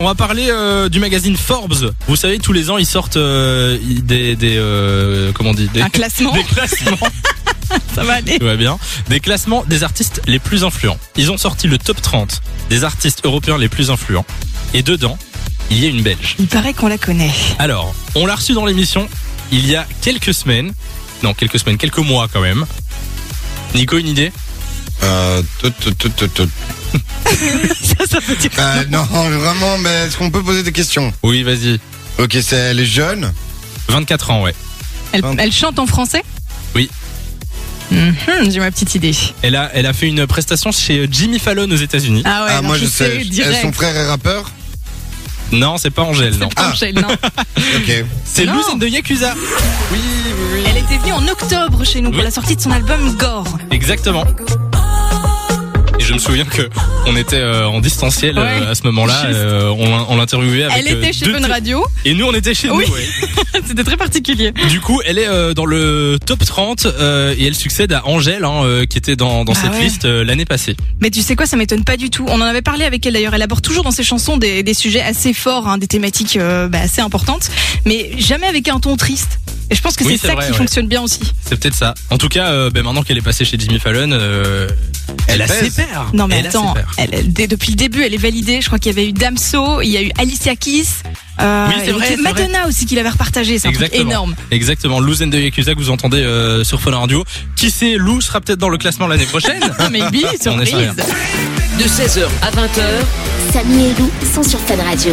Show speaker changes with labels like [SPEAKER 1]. [SPEAKER 1] On va parler euh, du magazine Forbes. Vous savez, tous les ans, ils sortent euh, des, des euh, comment on dit, des,
[SPEAKER 2] Un classement,
[SPEAKER 1] des classements.
[SPEAKER 2] ça va aller.
[SPEAKER 1] tout va bien. Des classements des artistes les plus influents. Ils ont sorti le top 30 des artistes européens les plus influents. Et dedans, il y a une Belge.
[SPEAKER 2] Il paraît qu'on la connaît.
[SPEAKER 1] Alors, on l'a reçue dans l'émission il y a quelques semaines. Non, quelques semaines, quelques mois quand même. Nico, une idée
[SPEAKER 3] Euh, tout, tout, tout, tout, tout.
[SPEAKER 2] ça, ça veut dire.
[SPEAKER 3] Euh, non, vraiment, mais est-ce qu'on peut poser des questions
[SPEAKER 1] Oui, vas-y.
[SPEAKER 3] Ok, c'est elle est jeune.
[SPEAKER 1] 24 ans, ouais.
[SPEAKER 2] Elle,
[SPEAKER 3] Pardon.
[SPEAKER 2] elle chante en français
[SPEAKER 1] Oui.
[SPEAKER 2] Mhm, J'ai ma petite idée.
[SPEAKER 1] Elle a, elle a fait une prestation chez euh, Jimmy Fallon aux États-Unis.
[SPEAKER 2] Ah ouais,
[SPEAKER 3] ah,
[SPEAKER 2] alors
[SPEAKER 3] moi je
[SPEAKER 2] sais,
[SPEAKER 3] sais.
[SPEAKER 2] direct.
[SPEAKER 3] Son frère est rappeur
[SPEAKER 1] Non, c'est pas Angèle, non.
[SPEAKER 2] Ah. Angèle, non.
[SPEAKER 3] Ok.
[SPEAKER 1] C'est
[SPEAKER 2] Non.
[SPEAKER 1] Luzine de Yakuza.
[SPEAKER 3] Oui, oui,
[SPEAKER 2] Elle était venue en octobre chez nous pour
[SPEAKER 1] Oui.
[SPEAKER 2] la sortie de son album Gore.
[SPEAKER 1] Exactement. Et je me souviens que on était euh, en distanciel euh,
[SPEAKER 2] Ouais.
[SPEAKER 1] à ce moment-là.
[SPEAKER 2] Juste.
[SPEAKER 1] euh, on l'in- on l'interviewait avec.
[SPEAKER 2] elle
[SPEAKER 1] euh,
[SPEAKER 2] était chez
[SPEAKER 1] deux
[SPEAKER 2] Fun
[SPEAKER 1] t-
[SPEAKER 2] Radio.
[SPEAKER 1] Et nous, on était chez
[SPEAKER 2] Oui.
[SPEAKER 1] nous. ouais.
[SPEAKER 2] C'était très particulier.
[SPEAKER 1] Du coup, elle est euh, dans le top 30 euh, et elle succède à Angèle, hein, euh, qui était dans, dans
[SPEAKER 2] Bah
[SPEAKER 1] cette
[SPEAKER 2] ouais.
[SPEAKER 1] liste euh, l'année passée.
[SPEAKER 2] Mais tu sais quoi, ça m'étonne pas du tout. On en avait parlé avec elle d'ailleurs. Elle aborde toujours dans ses chansons des, des sujets assez forts, hein, des thématiques euh, bah, assez importantes, mais jamais avec un ton triste. Et je pense que
[SPEAKER 1] Oui,
[SPEAKER 2] c'est
[SPEAKER 1] c'est
[SPEAKER 2] ça
[SPEAKER 1] vrai,
[SPEAKER 2] qui
[SPEAKER 1] ouais.
[SPEAKER 2] fonctionne bien aussi.
[SPEAKER 1] C'est peut-être ça. En tout cas, euh, ben, maintenant qu'elle est passée chez Jimmy Fallon, euh, elle,
[SPEAKER 3] Elle
[SPEAKER 1] a
[SPEAKER 3] pèse.
[SPEAKER 1] ses pairs.
[SPEAKER 2] Non mais
[SPEAKER 1] Elle a
[SPEAKER 2] attends,
[SPEAKER 1] ses pairs.
[SPEAKER 2] elle- elle- dès- depuis le début, elle est validée. Je crois qu'il y avait eu Damso, il y a eu Alicia Keys, euh,
[SPEAKER 1] Oui, c'est vrai,
[SPEAKER 2] et
[SPEAKER 1] c'est
[SPEAKER 2] Madonna aussi qu'il avait repartagé. C'est un truc
[SPEAKER 1] Exactement.
[SPEAKER 2] énorme.
[SPEAKER 1] Exactement, Luzen de Yakuza que vous entendez euh, sur Fun Radio. Qui sait, Lou sera peut-être dans le classement l'année prochaine.
[SPEAKER 2] Ah, mais oui,
[SPEAKER 1] On est sur rien.
[SPEAKER 2] surprise.
[SPEAKER 4] De 16h à 20h,
[SPEAKER 5] Samy et Lou sont sur Fan Radio.